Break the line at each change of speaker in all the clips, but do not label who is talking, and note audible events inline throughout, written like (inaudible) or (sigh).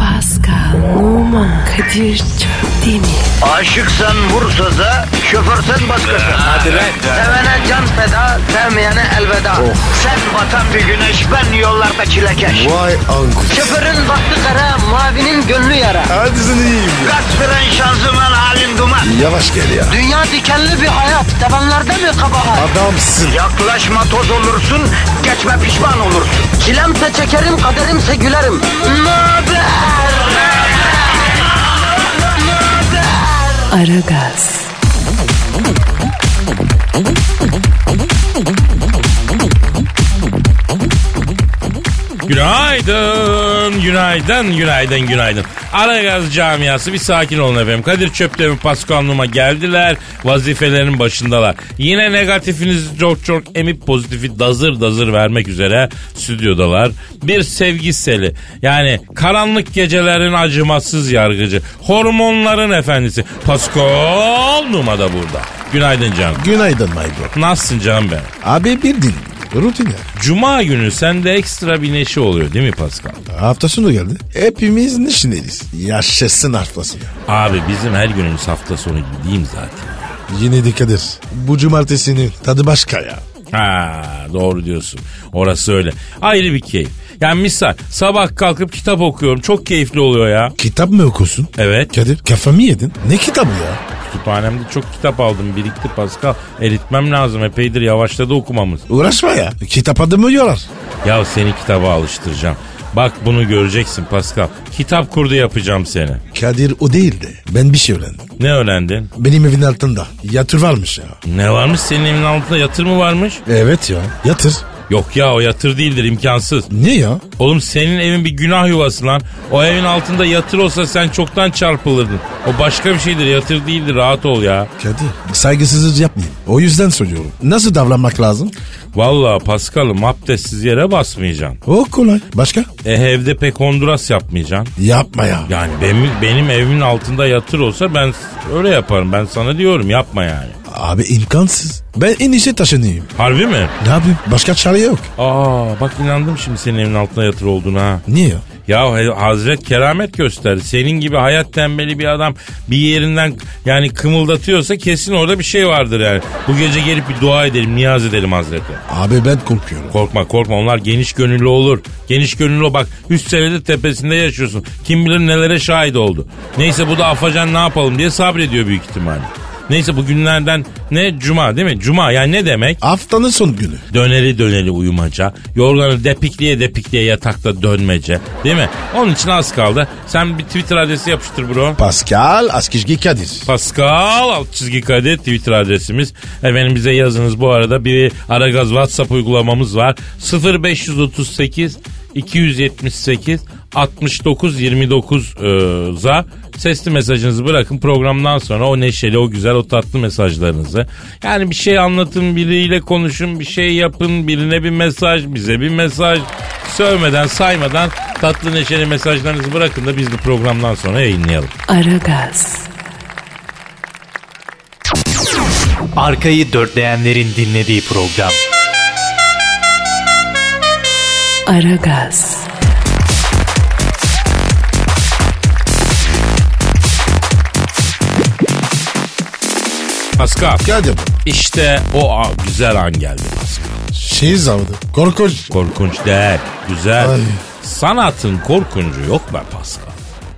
Pascal, Oman, Kadir çok değil mi?
Aşıksan vursa da şoförsen başkasın. Hadi
lan.
Sevene can feda, sevmeyene elveda. Sen batan bir güneş, ben yollarda çilekeş.
Vay anku.
Şoförün baktı kara, mavinin gönlü yara.
Hadi sen iyiyim ya.
Kasperen şanzıman halin duman.
Yavaş gel ya.
Dünya dikenli bir hayat, sevenlerde mi kabahar?
Adamsın.
Yaklaşma toz olursun, geçme pişman olursun. Çilemse çekerim, kaderimse gülerim. Möber!
Aragaz,
Günaydın, günaydın, günaydın, günaydın. Aragaz camiası bir sakin olun efendim. Kadir Çöptemir Pascal Numa geldiler. Vazifelerin başındalar. Yine negatifinizi çok çok emip pozitifi dazır dazır vermek üzere stüdyodalar. Bir sevgi seli. Yani karanlık gecelerin acımasız yargıcı. Hormonların efendisi. Pascal Numa da burada. Günaydın canım.
Günaydın my bro.
Nasılsın canım ben?
Abi bir dil. Rutin ya.
Cuma günü sende ekstra bir neşe oluyor değil mi Pascal?
Hafta sonu geldi. Hepimiz neşineliyiz. Yaşasın haftası ya.
Abi bizim her günümüz hafta sonu gibi değil mi zaten?
Yine de Kadir. Bu cumartesinin tadı başka ya.
Ha doğru diyorsun. Orası öyle. Ayrı bir keyif. Yani misal sabah kalkıp kitap okuyorum. Çok keyifli oluyor ya.
Kitap mı okusun?
Evet.
Kadir kafamı yedin. Ne kitabı ya?
Kütüphanemde çok kitap aldım. Birikti Pascal. Eritmem lazım. Epeydir yavaşladı okumamız.
Uğraşma ya. Kitap adımı yorar.
Ya seni kitaba alıştıracağım. Bak bunu göreceksin Pascal. Kitap kurdu yapacağım seni.
Kadir o değildi. Ben bir şey öğrendim.
Ne öğrendin?
Benim evin altında yatır varmış ya.
Ne varmış senin evin altında yatır mı varmış?
Evet ya. Yatır.
Yok ya o yatır değildir imkansız.
Ne ya?
Oğlum senin evin bir günah yuvası lan. O evin altında yatır olsa sen çoktan çarpılırdın. O başka bir şeydir yatır değildir rahat ol ya.
Kadir saygısızlık yapmayayım. O yüzden soruyorum. Nasıl davranmak lazım?
Vallahi Paskal'ım abdestsiz yere basmayacaksın.
O kolay. Başka?
E evde pek Honduras yapmayacaksın.
Yapma ya.
Yani benim, benim evimin altında yatır olsa ben s- öyle yaparım. Ben sana diyorum yapma yani.
Abi imkansız. Ben en işe taşınayım.
Harbi mi?
Ne yapayım? Başka çare yok.
Aa bak inandım şimdi senin evin altında yatır olduğuna ha.
Niye ya?
Ya he- Hazret keramet gösterdi. Senin gibi hayat tembeli bir adam bir yerinden yani kımıldatıyorsa kesin orada bir şey vardır yani. Bu gece gelip bir dua edelim, niyaz edelim Hazret'e.
Abi ben korkuyorum.
Korkma korkma onlar geniş gönüllü olur. Geniş gönüllü ol. bak üst seviyede tepesinde yaşıyorsun. Kim bilir nelere şahit oldu. Neyse bu da afacan ne yapalım diye sabrediyor büyük ihtimalle. Neyse bugünlerden ne cuma değil mi? Cuma yani ne demek?
Haftanın son günü.
Döneri döneri uyumaca. Yorganı depikliye depikliye yatakta dönmece. Değil mi? Onun için az kaldı. Sen bir Twitter adresi yapıştır bro.
Pascal Askizgi Kadir.
Pascal alt çizgi kadet Twitter adresimiz. Efendim bize yazınız bu arada bir Aragaz WhatsApp uygulamamız var. 0538 278 69 29'a e, sesli mesajınızı bırakın programdan sonra o neşeli o güzel o tatlı mesajlarınızı. Yani bir şey anlatın biriyle konuşun bir şey yapın birine bir mesaj bize bir mesaj sövmeden saymadan tatlı neşeli mesajlarınızı bırakın da biz de programdan sonra yayınlayalım.
Aragaz,
Arkayı dörtleyenlerin dinlediği program.
Aragaz,
Pascal.
Kadir.
İşte o a- güzel an geldi.
Şey zavdı. Korkunç.
Korkunç değil, güzel.
Ay.
Sanatın korkuncu yok be Pascal.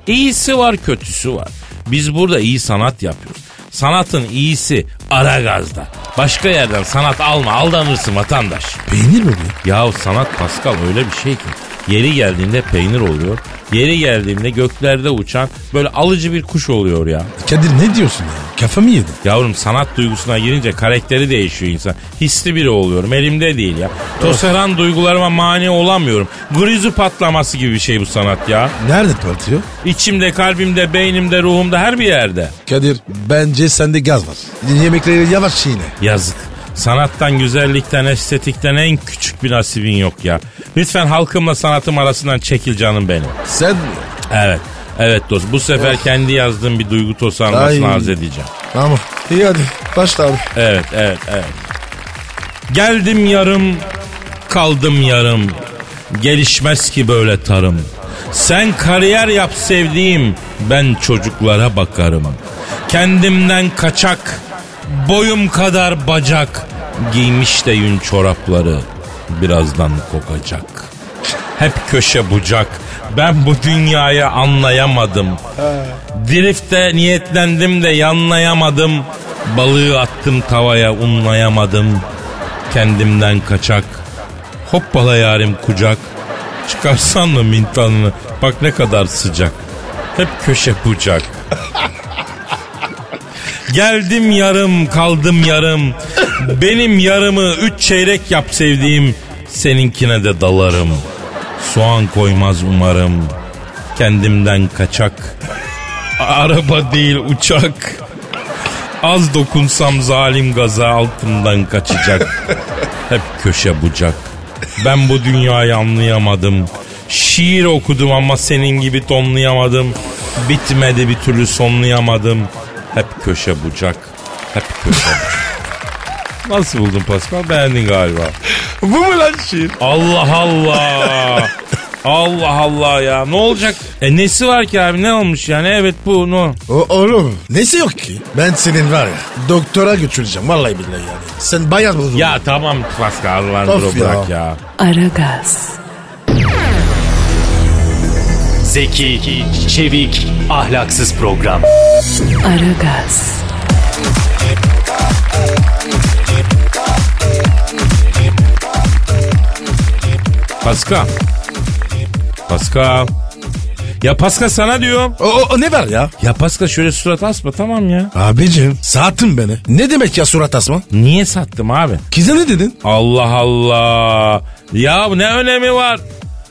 İyisi var, kötüsü var. Biz burada iyi sanat yapıyoruz. Sanatın iyisi ara gazda. Başka yerden sanat alma, aldanırsın vatandaş.
Peynir mi bu?
Yahu sanat Pascal öyle bir şey ki. Yeri geldiğinde peynir oluyor. Yeri geldiğinde göklerde uçan böyle alıcı bir kuş oluyor ya.
Kadir ne diyorsun ya? Kafamı yedin.
Yavrum sanat duygusuna girince karakteri değişiyor insan. Hisli biri oluyorum. Elimde değil ya. Tosaran duygularıma mani olamıyorum. Grizu patlaması gibi bir şey bu sanat ya.
Nerede tuvaletiyor?
İçimde, kalbimde, beynimde, ruhumda her bir yerde.
Kadir bence sende gaz var. Yemekleri yavaş yine.
Yazık. Sanattan, güzellikten, estetikten en küçük bir nasibin yok ya. Lütfen halkımla sanatım arasından çekil canım benim.
Sen mi?
Evet. Evet dost. Bu sefer kendi yazdığım bir duygu tosanmasını
Ay.
arz edeceğim.
Tamam. İyi hadi. Başla abi.
Evet, evet, evet. Geldim yarım, kaldım yarım. Gelişmez ki böyle tarım. Sen kariyer yap sevdiğim, ben çocuklara bakarım. Kendimden kaçak, boyum kadar bacak, giymiş de yün çorapları, birazdan kokacak. Hep köşe bucak, ben bu dünyayı anlayamadım. Drifte niyetlendim de yanlayamadım. Balığı attım tavaya unlayamadım. Kendimden kaçak. Hoppala yarim kucak. Çıkarsan mı mintanını? Bak ne kadar sıcak. Hep köşe bucak. Geldim yarım kaldım yarım. Benim yarımı üç çeyrek yap sevdiğim. Seninkine de dalarım. Soğan koymaz umarım. Kendimden kaçak. Araba değil uçak. Az dokunsam zalim gaza altından kaçacak. Hep köşe bucak. Ben bu dünyayı anlayamadım. Şiir okudum ama senin gibi tonlayamadım. Bitmedi bir türlü sonlayamadım. Hep köşe bucak. Hep köşe bucak. Nasıl buldun Pascal? Beğendin galiba.
Bu mu lan şiir?
Allah Allah. Allah Allah ya. Ne olacak? E nesi var ki abi? Ne olmuş yani? Evet bu no.
O, oğlum nesi yok ki? Ben senin var ya doktora götüreceğim vallahi billahi yani. Sen bayağı buldun.
Ya tamam Pascal
Of
Allah'ını
ya.
bırak ya.
Aragaz,
Zeki, çevik, ahlaksız program.
Aragaz,
Pascal. Pascal. Ya Pascal sana diyorum.
O, o- o ne var ya?
Ya Pascal şöyle surat asma tamam ya.
Abicim saatin beni. Ne demek ya surat asma?
Niye sattım abi?
Kize ne dedin?
Allah Allah. Ya ne önemi var?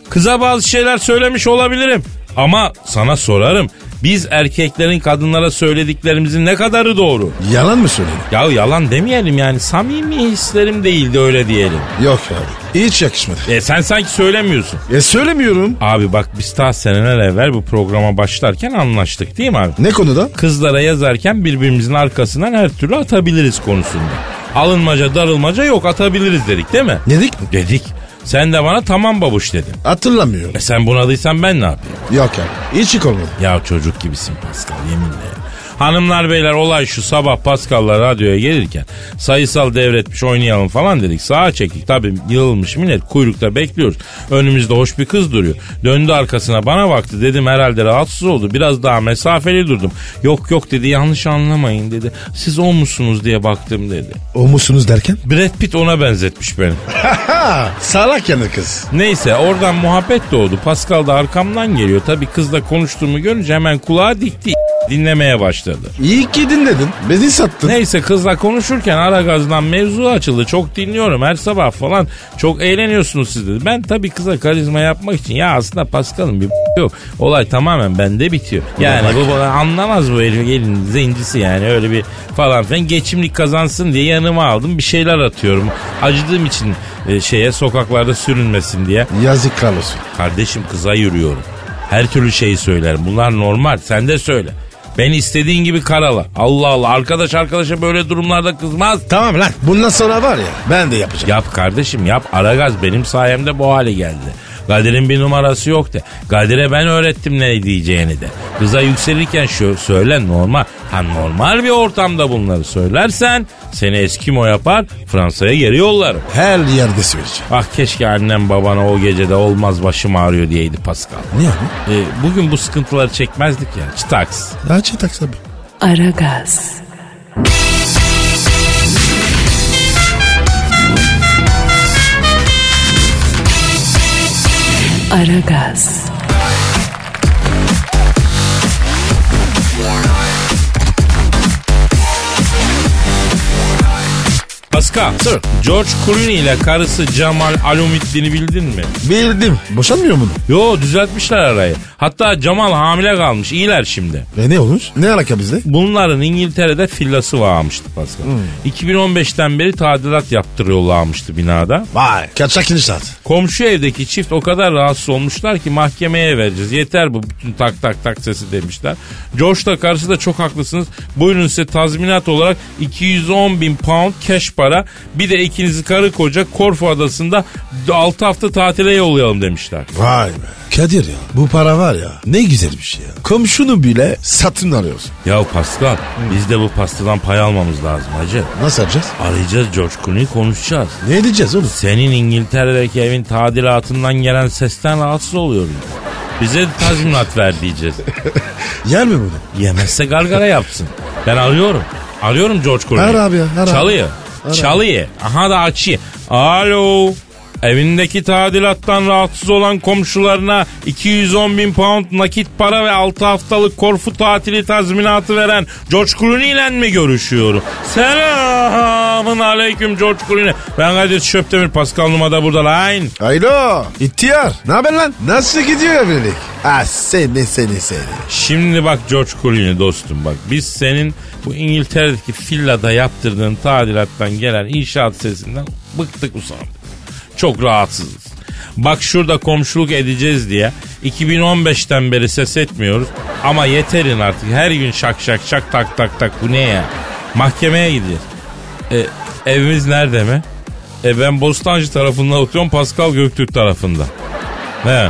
Kıza bazı şeyler söylemiş olabilirim. Ama sana sorarım. Biz erkeklerin kadınlara söylediklerimizin ne kadarı doğru?
Yalan mı söyledin?
Ya yalan demeyelim yani samimi hislerim değildi öyle diyelim.
Yok abi. Hiç yakışmadı.
E sen sanki söylemiyorsun.
E söylemiyorum.
Abi bak biz daha seneler evvel bu programa başlarken anlaştık değil mi abi?
Ne konuda?
kızlara yazarken birbirimizin arkasından her türlü atabiliriz konusunda. Alınmaca darılmaca yok atabiliriz dedik değil mi?
Dedik mi?
Dedik. Sen de bana tamam babuş dedin.
Hatırlamıyorum.
E sen bunadıysan ben ne yapayım?
Yok abi. Hiç olmadı.
Ya çocuk gibisin Pascal yeminle ya. Hanımlar beyler olay şu sabah Pascal'la radyoya gelirken sayısal devretmiş oynayalım falan dedik. Sağa çektik tabi yığılmış millet kuyrukta bekliyoruz. Önümüzde hoş bir kız duruyor. Döndü arkasına bana baktı dedim herhalde rahatsız oldu. Biraz daha mesafeli durdum. Yok yok dedi yanlış anlamayın dedi. Siz o musunuz diye baktım dedi.
O musunuz derken?
Brad Pitt ona benzetmiş beni.
Ha, salak yanı kız.
Neyse oradan muhabbet doğdu. Pascal da arkamdan geliyor. Tabii kızla konuştuğumu görünce hemen kulağa dikti. Dinlemeye başladı.
İyi ki dinledin. Beni sattın.
Neyse kızla konuşurken ara gazdan mevzu açıldı. Çok dinliyorum her sabah falan. Çok eğleniyorsunuz siz dedi. Ben tabii kıza karizma yapmak için ya aslında Pascal'ın bir (laughs) yok. Olay tamamen bende bitiyor. Yani bu bana anlamaz bu herif gelin zencisi yani öyle bir falan filan. Geçimlik kazansın diye yanıma aldım bir şeyler atıyorum. Acıdığım için e, şeye sokaklarda sürünmesin diye.
Yazıklar olsun.
Kardeşim kıza yürüyorum. Her türlü şeyi söylerim. Bunlar normal. Sen de söyle. Ben istediğin gibi karala. Allah Allah. Arkadaş arkadaşa böyle durumlarda kızmaz.
Tamam lan. Bundan sonra var ya ben de yapacağım.
Yap kardeşim yap. Aragaz benim sayemde bu hale geldi. Kadir'in bir numarası yok de. Kadir'e ben öğrettim ne diyeceğini de. Kıza yükselirken şu söyle normal. Ha normal bir ortamda bunları söylersen seni Eskimo yapar Fransa'ya geri yollarım.
Her yerde söyleyeceğim.
Ah keşke annem babana o gecede olmaz başım ağrıyor diyeydi Pascal.
Niye abi?
E, bugün bu sıkıntıları çekmezdik ya. Çıtaks.
Daha çetaks abi.
Aragaz, Aragaz,
Pascal.
Sir.
George Clooney ile karısı Cemal Alumittin'i bildin mi?
Bildim. Boşanmıyor mu?
Yo düzeltmişler arayı. Hatta Cemal hamile kalmış. İyiler şimdi.
Ve E, ne olmuş? Ne alaka bizde?
Bunların İngiltere'de villası varmıştı Pascal. 2015'ten beri tadilat yaptırıyorlarmıştı binada.
Vay. Kaçak inşaat.
Komşu evdeki çift o kadar rahatsız olmuşlar ki mahkemeye vereceğiz. Yeter bu bütün tak tak tak sesi demişler. George da karısı da çok haklısınız. Buyurun size tazminat olarak 210 bin pound cash para Bir de ikinizi karı koca Korfu Adası'nda 6 hafta tatile yollayalım demişler.
Vay be. Kadir ya bu para var ya ne güzel bir şey ya. Komşunu bile satın alıyorsun.
Ya Pascal biz de bu pastadan pay almamız lazım hacı.
Nasıl yapacağız?
Arayacağız George Clooney'i konuşacağız.
Ne edeceğiz oğlum?
Senin İngiltere'deki evin tadilatından gelen sesten rahatsız oluyorum. Bize tazminat ver diyeceğiz.
Yer mi bunu?
Yemezse gargara yapsın. Ben arıyorum. Arıyorum George Clooney'i.
Ara abi ya, ara.
Çalıyor.
Ara.
Çalıyor. Aha da açıyor. Alo. Evindeki tadilattan rahatsız olan komşularına 210 bin pound nakit para ve 6 haftalık Korfu tatili tazminatı veren George Clooney ile mi görüşüyorum? Selamın aleyküm George Clooney. Ben Kadir Şöptemir Pascal Numa'da burada line.
Alo. İhtiyar. Ne haber lan? Nasıl gidiyor evlilik? Ah seni seni seni.
Şimdi bak George Clooney dostum bak biz senin bu İngiltere'deki villada yaptırdığın tadilattan gelen inşaat sesinden bıktık usandık. Çok rahatsızız. Bak şurada komşuluk edeceğiz diye 2015'ten beri ses etmiyoruz ama yeterin artık her gün şak şak şak tak tak tak bu ne ya? Mahkemeye gidiyor. E, evimiz nerede mi? E ben Bostancı tarafında oturuyorum Pascal Göktürk tarafında. He.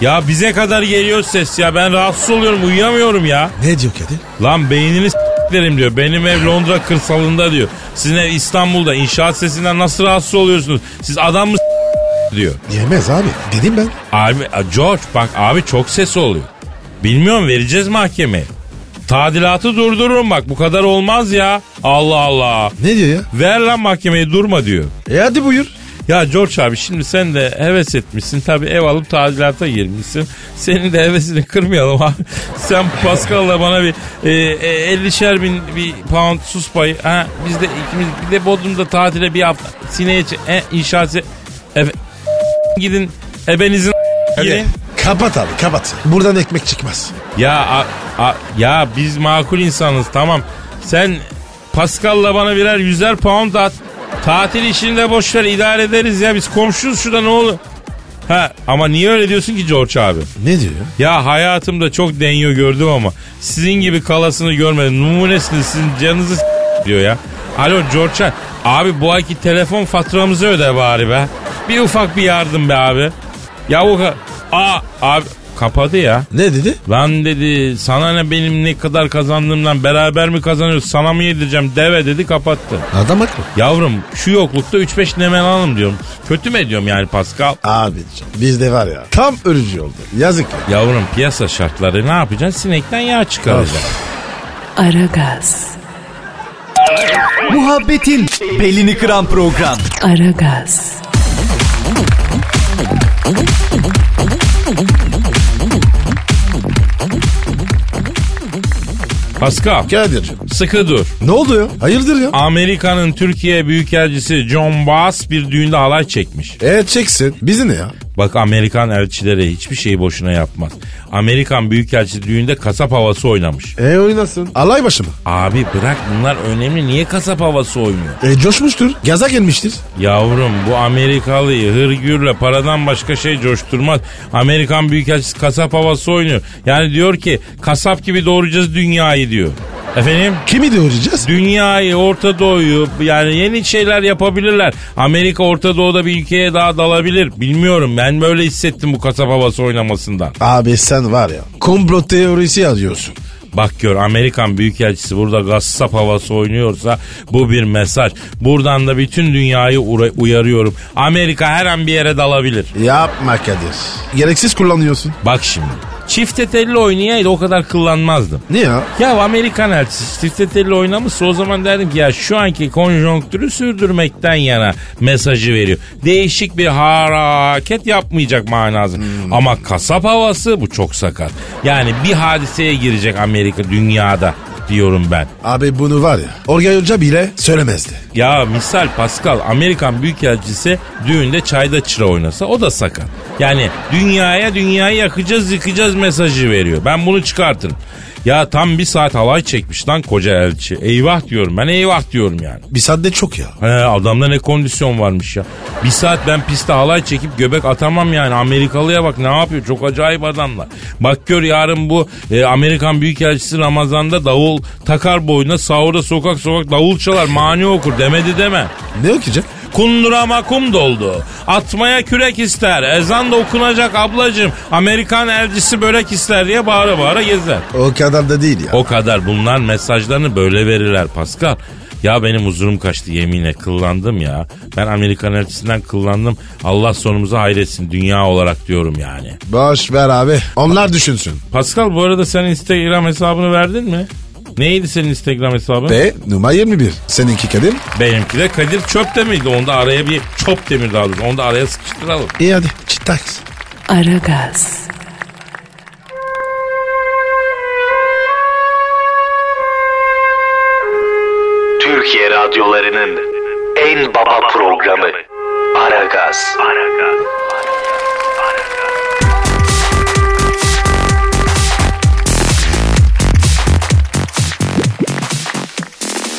Ya bize kadar geliyor ses ya ben rahatsız oluyorum uyuyamıyorum ya.
Ne diyor Kadir?
Lan beynini s**lerim diyor. Benim ev Londra kırsalında diyor. Sizin ev İstanbul'da inşaat sesinden nasıl rahatsız oluyorsunuz? Siz adam mı s- diyor.
Yemez abi. Dedim ben.
Abi a, George bak abi çok ses oluyor. Bilmiyorum vereceğiz mahkemeye. Tadilatı durdurun bak bu kadar olmaz ya. Allah Allah.
Ne diyor ya?
Ver lan mahkemeye durma diyor.
E hadi buyur.
Ya George abi şimdi sen de heves etmişsin. Tabii ev alıp tadilata girmişsin. Senin de hevesini kırmayalım abi. (laughs) Sen Pascal'la bana bir e, e, 50'şer bin bir pound sus payı. Ha, biz de ikimiz bir de Bodrum'da tatile bir hafta. Sineye çe- e, inşaat se- Efe- gidin ebenizin gidin.
Kapat abi kapat. Buradan ekmek çıkmaz.
Ya a- a- ya biz makul insanız tamam. Sen Pascal'la bana birer yüzer pound at. Tatil işini de boş ver idare ederiz ya biz komşuyuz şurada ne olur. Ha ama niye öyle diyorsun ki George abi?
Ne diyor ya?
Ya hayatımda çok deniyor gördüm ama sizin gibi kalasını görmedim. Numunesini sizin canınızı s- diyor ya. Alo George'a abi bu ayki telefon faturamızı öde bari be. Bir ufak bir yardım be abi. Ya bu ka- Aa, abi kapadı ya.
Ne dedi?
Lan dedi sana ne benim ne kadar kazandığımdan beraber mi kazanıyoruz sana mı yedireceğim deve dedi kapattı.
Adam haklı.
Yavrum şu yoklukta 3-5 nemen alım diyorum. Kötü mü ediyorum yani Pascal?
Abi bizde var ya. Tam ölücü oldu. Yazık ya.
Yavrum piyasa şartları ne yapacaksın? Sinekten yağ çıkaracaksın.
Aragaz,
Muhabbetin belini kıran program.
Aragaz,
Pascal
Kadir'cim.
sıkı dur.
Ne oldu ya? Hayırdır ya?
Amerika'nın Türkiye Büyükelçisi John Bass bir düğünde halay çekmiş.
E çeksin. Bizi ne ya?
Bak Amerikan elçileri hiçbir şeyi boşuna yapmaz. Amerikan Büyükelçisi düğünde kasap havası oynamış.
E oynasın. Alay başı mı?
Abi bırak bunlar önemli niye kasap havası oynuyor?
E coşmuştur. Gaza gelmiştir.
Yavrum bu Amerikalıyı hırgürle paradan başka şey coşturmaz. Amerikan Büyükelçisi kasap havası oynuyor. Yani diyor ki kasap gibi doğuracağız dünyayı diyor. Efendim?
Kimi doğuracağız?
Dünyayı, Orta Doğu'yu yani yeni şeyler yapabilirler. Amerika Orta Doğu'da bir ülkeye daha dalabilir. Bilmiyorum ben böyle hissettim bu kasap havası oynamasından.
Abi sen var ya. Komplo teorisi yazıyorsun.
Bak gör Amerikan Büyükelçisi burada gassap havası oynuyorsa bu bir mesaj. Buradan da bütün dünyayı ura- uyarıyorum. Amerika her an bir yere dalabilir.
Yapma Kadir. Gereksiz kullanıyorsun.
Bak şimdi. Çifte telli oynayaydı o kadar kıllanmazdım.
Niye ya?
Ya Amerikan elçisi çifte telli oynamışsa o zaman derdim ki ya şu anki konjonktürü sürdürmekten yana mesajı veriyor. Değişik bir hareket yapmayacak manası. Ama kasap havası bu çok sakat. Yani bir hadiseye girecek Amerika dünyada diyorum ben.
Abi bunu var ya. Orgay Hoca bile söylemezdi.
Ya misal Pascal Amerikan Büyükelçisi düğünde çayda çıra oynasa o da sakat. Yani dünyaya dünyayı yakacağız yıkacağız mesajı veriyor. Ben bunu çıkartırım. Ya tam bir saat halay çekmiş lan koca elçi. Eyvah diyorum ben eyvah diyorum yani.
Bir saatte çok ya.
He, adamda ne kondisyon varmış ya. Bir saat ben piste halay çekip göbek atamam yani. Amerikalıya bak ne yapıyor çok acayip adamlar. Bak gör yarın bu e, Amerikan Büyükelçisi Ramazan'da davul davul takar boyuna sahurda sokak sokak davul çalar mani okur demedi deme.
Ne okuyacak?
Kundurama kum doldu. Atmaya kürek ister. Ezan da okunacak ablacım. Amerikan elcisi börek ister diye bağıra bağıra gezer.
O kadar da değil ya.
O kadar bunlar mesajlarını böyle verirler Pascal. Ya benim huzurum kaçtı yeminle kıllandım ya. Ben Amerikan elçisinden kıllandım. Allah sonumuzu hayretsin dünya olarak diyorum yani.
Boş ver abi. Onlar düşünsün.
Pascal bu arada sen Instagram hesabını verdin mi? Neydi senin Instagram hesabın?
Ve numara 21. Seninki Kadir.
Benimki de Kadir Çöp Demir'di. Onda araya bir çöp demir daha doğrusu. Onu da araya sıkıştıralım.
İyi hadi. Çıtaks.
Aragaz,
Türkiye radyolarının en baba programı Aragaz.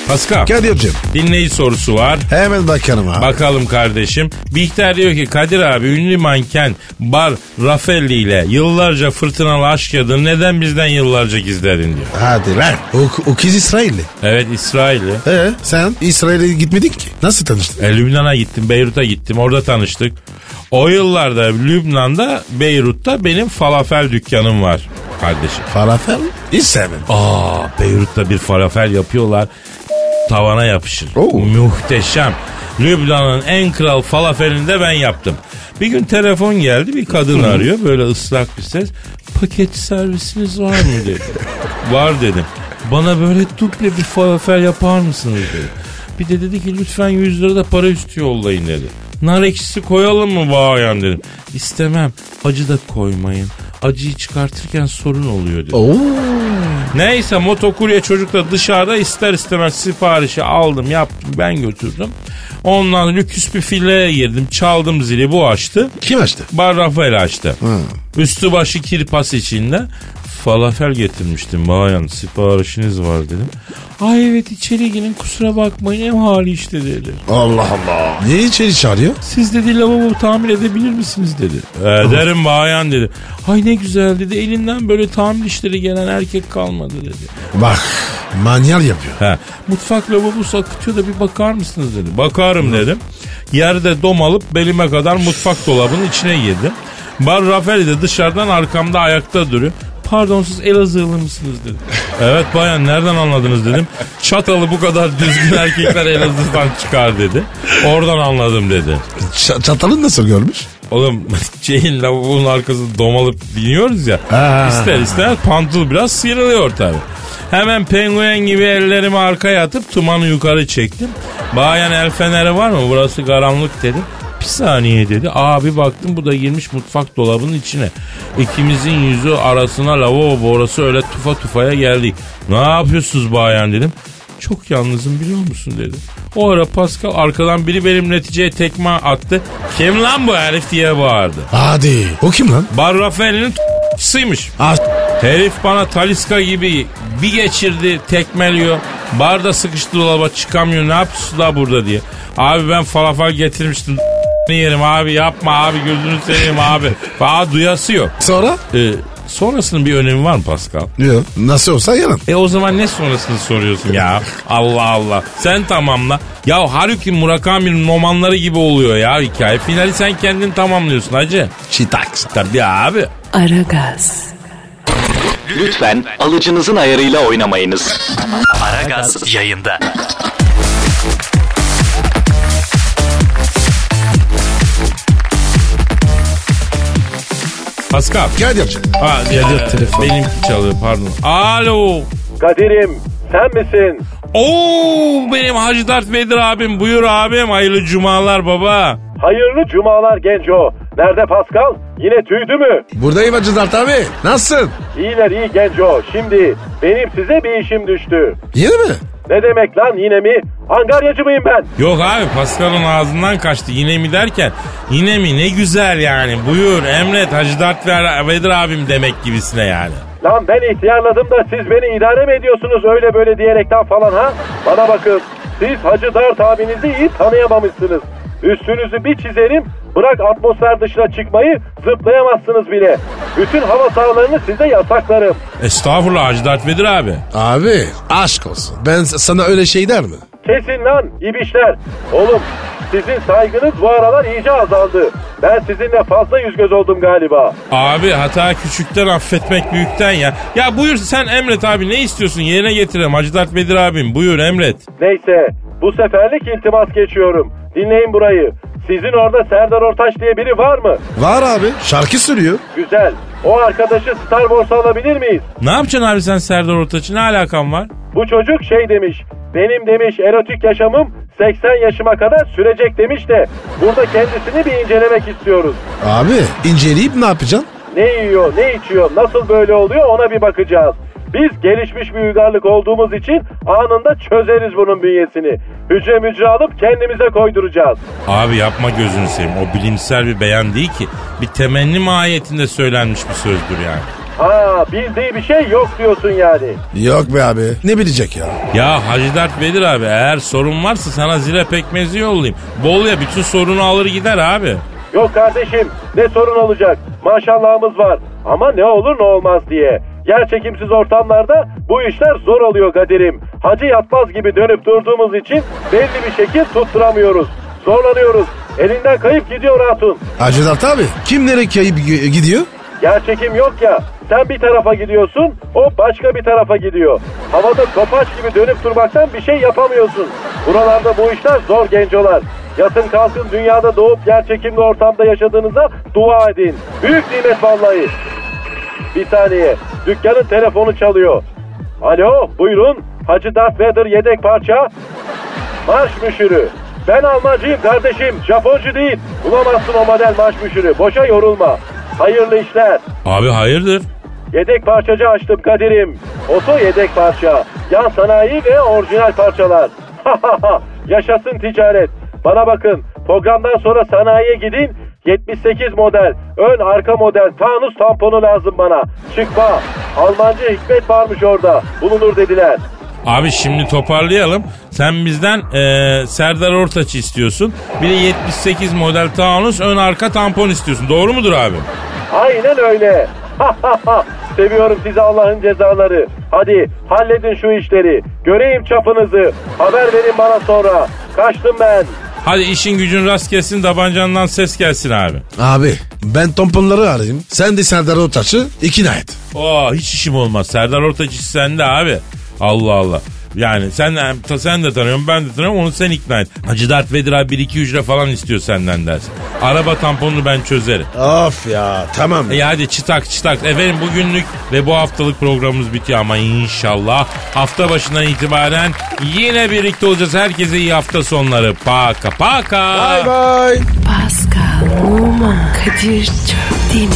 Pascal
Kadir'cim
dinleyici sorusu var.
hemen bakalım abi.
Bakalım kardeşim. Bihter diyor ki Kadir abi ünlü manken Bar Raffelli ile yıllarca fırtınalı aşk yadını neden bizden yıllarca gizledin diyor.
Hadi lan. O, o kız İsrailli.
Evet İsrail'i.
Ee, sen İsrail'e gitmedin ki. Nasıl tanıştın?
E, Lübnan'a gittim, Beyrut'a gittim. Orada tanıştık. O yıllarda Lübnan'da, Beyrut'ta benim falafel dükkanım var kardeşim.
Falafel mi? Hiç sevmem.
Aa, Beyrut'ta bir falafel yapıyorlar. Tavana yapışır.
Oo.
Muhteşem. Lübnan'ın en kral falafelini de ben yaptım. Bir gün telefon geldi bir kadın arıyor böyle ıslak bir ses. Paket servisiniz var mı dedi. var dedim. Bana böyle duble bir falafel yapar mısınız dedi. Bir de dedi ki lütfen 100 lira da para üstü yollayın dedi. Nar ekşisi koyalım mı bayan dedim. İstemem acı da koymayın. Acıyı çıkartırken sorun oluyor dedi.
Oo.
Neyse motokurye çocuk da dışarıda ister istemez siparişi aldım yaptım ben götürdüm. Ondan lüküs bir fileye girdim çaldım zili bu açtı.
Kim açtı?
Bar Rafael açtı. Üstü başı kirpas içinde. Falafel getirmiştim bayan siparişiniz var dedim. Ay evet içeri girin kusura bakmayın ev hali işte dedi.
Allah Allah. Niye içeri çağırıyor?
Siz dedi lavabo tamir edebilir misiniz dedi. "E, Ederim bayan dedi. Ay ne güzel dedi elinden böyle tamir işleri gelen erkek kalmadı dedi.
Bak manyar yapıyor.
He. Mutfak lavabosu akıtıyor da bir bakar mısınız dedi. Bakarım dedim. Yerde dom alıp belime kadar mutfak dolabının içine girdim. Bar Rafaeli de dışarıdan arkamda ayakta duruyor. Pardon siz Elazığlı mısınız dedi. evet bayan nereden anladınız dedim. Çatalı bu kadar düzgün erkekler Elazığ'dan çıkar dedi. Oradan anladım dedi.
Ç- çatalı nasıl görmüş?
Oğlum (laughs) şeyin lavabonun arkası domalıp biniyoruz ya.
Ha.
İster ister pantul biraz sıyrılıyor tabii. Hemen penguen gibi ellerimi arkaya atıp tumanı yukarı çektim. Bayan el feneri var mı burası karanlık dedim. Bir saniye dedi. Abi baktım bu da girmiş mutfak dolabının içine. İkimizin yüzü arasına lavabo borası öyle tufa tufaya geldik. Ne yapıyorsunuz bayan dedim. Çok yalnızım biliyor musun dedi. O ara Pascal arkadan biri benim neticeye tekme attı. Kim lan bu herif diye bağırdı.
Hadi. O kim lan?
Bar Rafael'in t***sıymış.
Ah,
Herif bana taliska gibi bir geçirdi tekmeliyor. Barda sıkıştı dolaba çıkamıyor ne yapıyorsun da burada diye. Abi ben falafel getirmiştim ne yerim abi yapma abi gözünü seveyim abi. Aa duyası yok.
sonra?
Ee, sonrasının bir önemi var mı Pascal?
Yok. Nasıl olsa yalan.
E o zaman ne sonrasını soruyorsun ya? Allah Allah. Sen tamamla. Ya Haruki Murakami'nin romanları gibi oluyor ya hikaye. Finali sen kendin tamamlıyorsun hacı.
Çitaks.
Tabii abi.
Aragaz,
Lütfen alıcınızın ayarıyla oynamayınız. Aragaz yayında.
Pascal.
Kadir'cim.
Ha, e, benimki çalıyor pardon. Alo.
Kadir'im sen misin?
Oo benim Hacı Dert Vedir abim. Buyur abim. Hayırlı cumalar baba.
Hayırlı cumalar genco. Nerede Pascal? Yine tüydü mü?
Buradayım Hacı Dert abi. Nasılsın?
İyiler iyi genco. Şimdi benim size bir işim düştü.
Yeni mi?
Ne demek lan yine mi? Angaryacı mıyım ben?
Yok abi Pascal'ın ağzından kaçtı. Yine mi derken? Yine mi? Ne güzel yani. Buyur emret Hacı Dert Ver- Vedir abim demek gibisine yani.
Lan ben ihtiyarladım da siz beni idare mi ediyorsunuz öyle böyle diyerekten falan ha? Bana bakın siz Hacı Dert abinizi iyi tanıyamamışsınız. Üstünüzü bir çizerim Bırak atmosfer dışına çıkmayı zıplayamazsınız bile. Bütün hava sahalarını size yasaklarım.
Estağfurullah Hacı Dert Vedir abi.
Abi aşk olsun. Ben s- sana öyle şey der mi?
Kesin lan ibişler. Oğlum sizin saygınız bu aralar iyice azaldı. Ben sizinle fazla yüz göz oldum galiba.
Abi hata küçükten affetmek büyükten ya. Ya buyur sen emret abi ne istiyorsun yerine getireyim Hacı Dert Vedir abim buyur emret.
Neyse bu seferlik iltimas geçiyorum. Dinleyin burayı. Sizin orada Serdar Ortaç diye biri var mı?
Var abi. Şarkı söylüyor.
Güzel. O arkadaşı Star Wars'a alabilir miyiz?
Ne yapacaksın abi sen Serdar Ortaç'ın ne alakan var?
Bu çocuk şey demiş. Benim demiş erotik yaşamım 80 yaşıma kadar sürecek demiş de burada kendisini bir incelemek istiyoruz.
Abi inceleyip ne yapacaksın?
Ne yiyor, ne içiyor, nasıl böyle oluyor ona bir bakacağız. Biz gelişmiş bir uygarlık olduğumuz için anında çözeriz bunun bünyesini. Hücre mücre alıp kendimize koyduracağız.
Abi yapma gözünü seveyim o bilimsel bir beyan değil ki. Bir temenni mahiyetinde söylenmiş bir sözdür yani.
Ha bildiği bir şey yok diyorsun yani.
Yok be abi. Ne bilecek ya?
Ya Hacı Dert Vedir abi eğer sorun varsa sana zile pekmezi yollayayım. Bolu'ya bütün sorunu alır gider abi.
Yok kardeşim ne sorun olacak maşallahımız var ama ne olur ne olmaz diye. Yer çekimsiz ortamlarda bu işler zor oluyor Kadir'im. Hacı yatmaz gibi dönüp durduğumuz için belli bir şekil tutturamıyoruz. Zorlanıyoruz. Elinden kayıp gidiyor hatun.
Hacı Dert abi. Kim nereye kayıp gi- gidiyor?
Yer çekim yok ya. Sen bir tarafa gidiyorsun, o başka bir tarafa gidiyor. Havada topaç gibi dönüp durmaktan bir şey yapamıyorsun. Buralarda bu işler zor gencolar. Yatın kalkın dünyada doğup yer çekimli ortamda yaşadığınıza dua edin. Büyük nimet vallahi. Bir saniye. Dükkanın telefonu çalıyor. Alo, buyurun. Hacı Darth Vader yedek parça. Marş müşürü. Ben Almancıyım kardeşim. Japoncu değil. Bulamazsın o model marş müşürü. Boşa yorulma. Hayırlı işler.
Abi hayırdır?
Yedek parçacı açtım Kadir'im. Oto yedek parça. Yan sanayi ve orijinal parçalar. (laughs) Yaşasın ticaret. Bana bakın programdan sonra sanayiye gidin. 78 model, ön arka model, Tanus tamponu lazım bana. Çıkma. Almancı Hikmet varmış orada. Bulunur dediler.
Abi şimdi toparlayalım. Sen bizden eee, Serdar Ortaç'ı istiyorsun. Bir de 78 model Taunus ön arka tampon istiyorsun. Doğru mudur abi?
Aynen öyle. (laughs) Seviyorum sizi Allah'ın cezaları. Hadi halledin şu işleri. Göreyim çapınızı. Haber verin bana sonra. Kaçtım ben.
Hadi işin gücün rast gelsin tabancandan ses gelsin abi.
Abi ben tamponları arayayım. Sen de Serdar Ortaç'ı ikna et.
Oo Oh, hiç işim olmaz. Serdar Ortaç iş sende abi. Allah Allah. Yani sen de, sen de tanıyorum ben de tanıyorum onu sen ikna et. Hacı Dert Vedir abi 1-2 hücre falan istiyor senden dersin. Araba tamponunu ben çözerim.
Of ya tamam.
E hadi çıtak çıtak. Efendim bugünlük ve bu haftalık programımız bitiyor ama inşallah hafta başından itibaren yine birlikte olacağız. Herkese iyi hafta sonları. Paka paka.
bye.
Pascal, Oman, Kadir çok değil mi?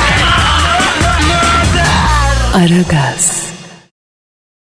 Aragaz.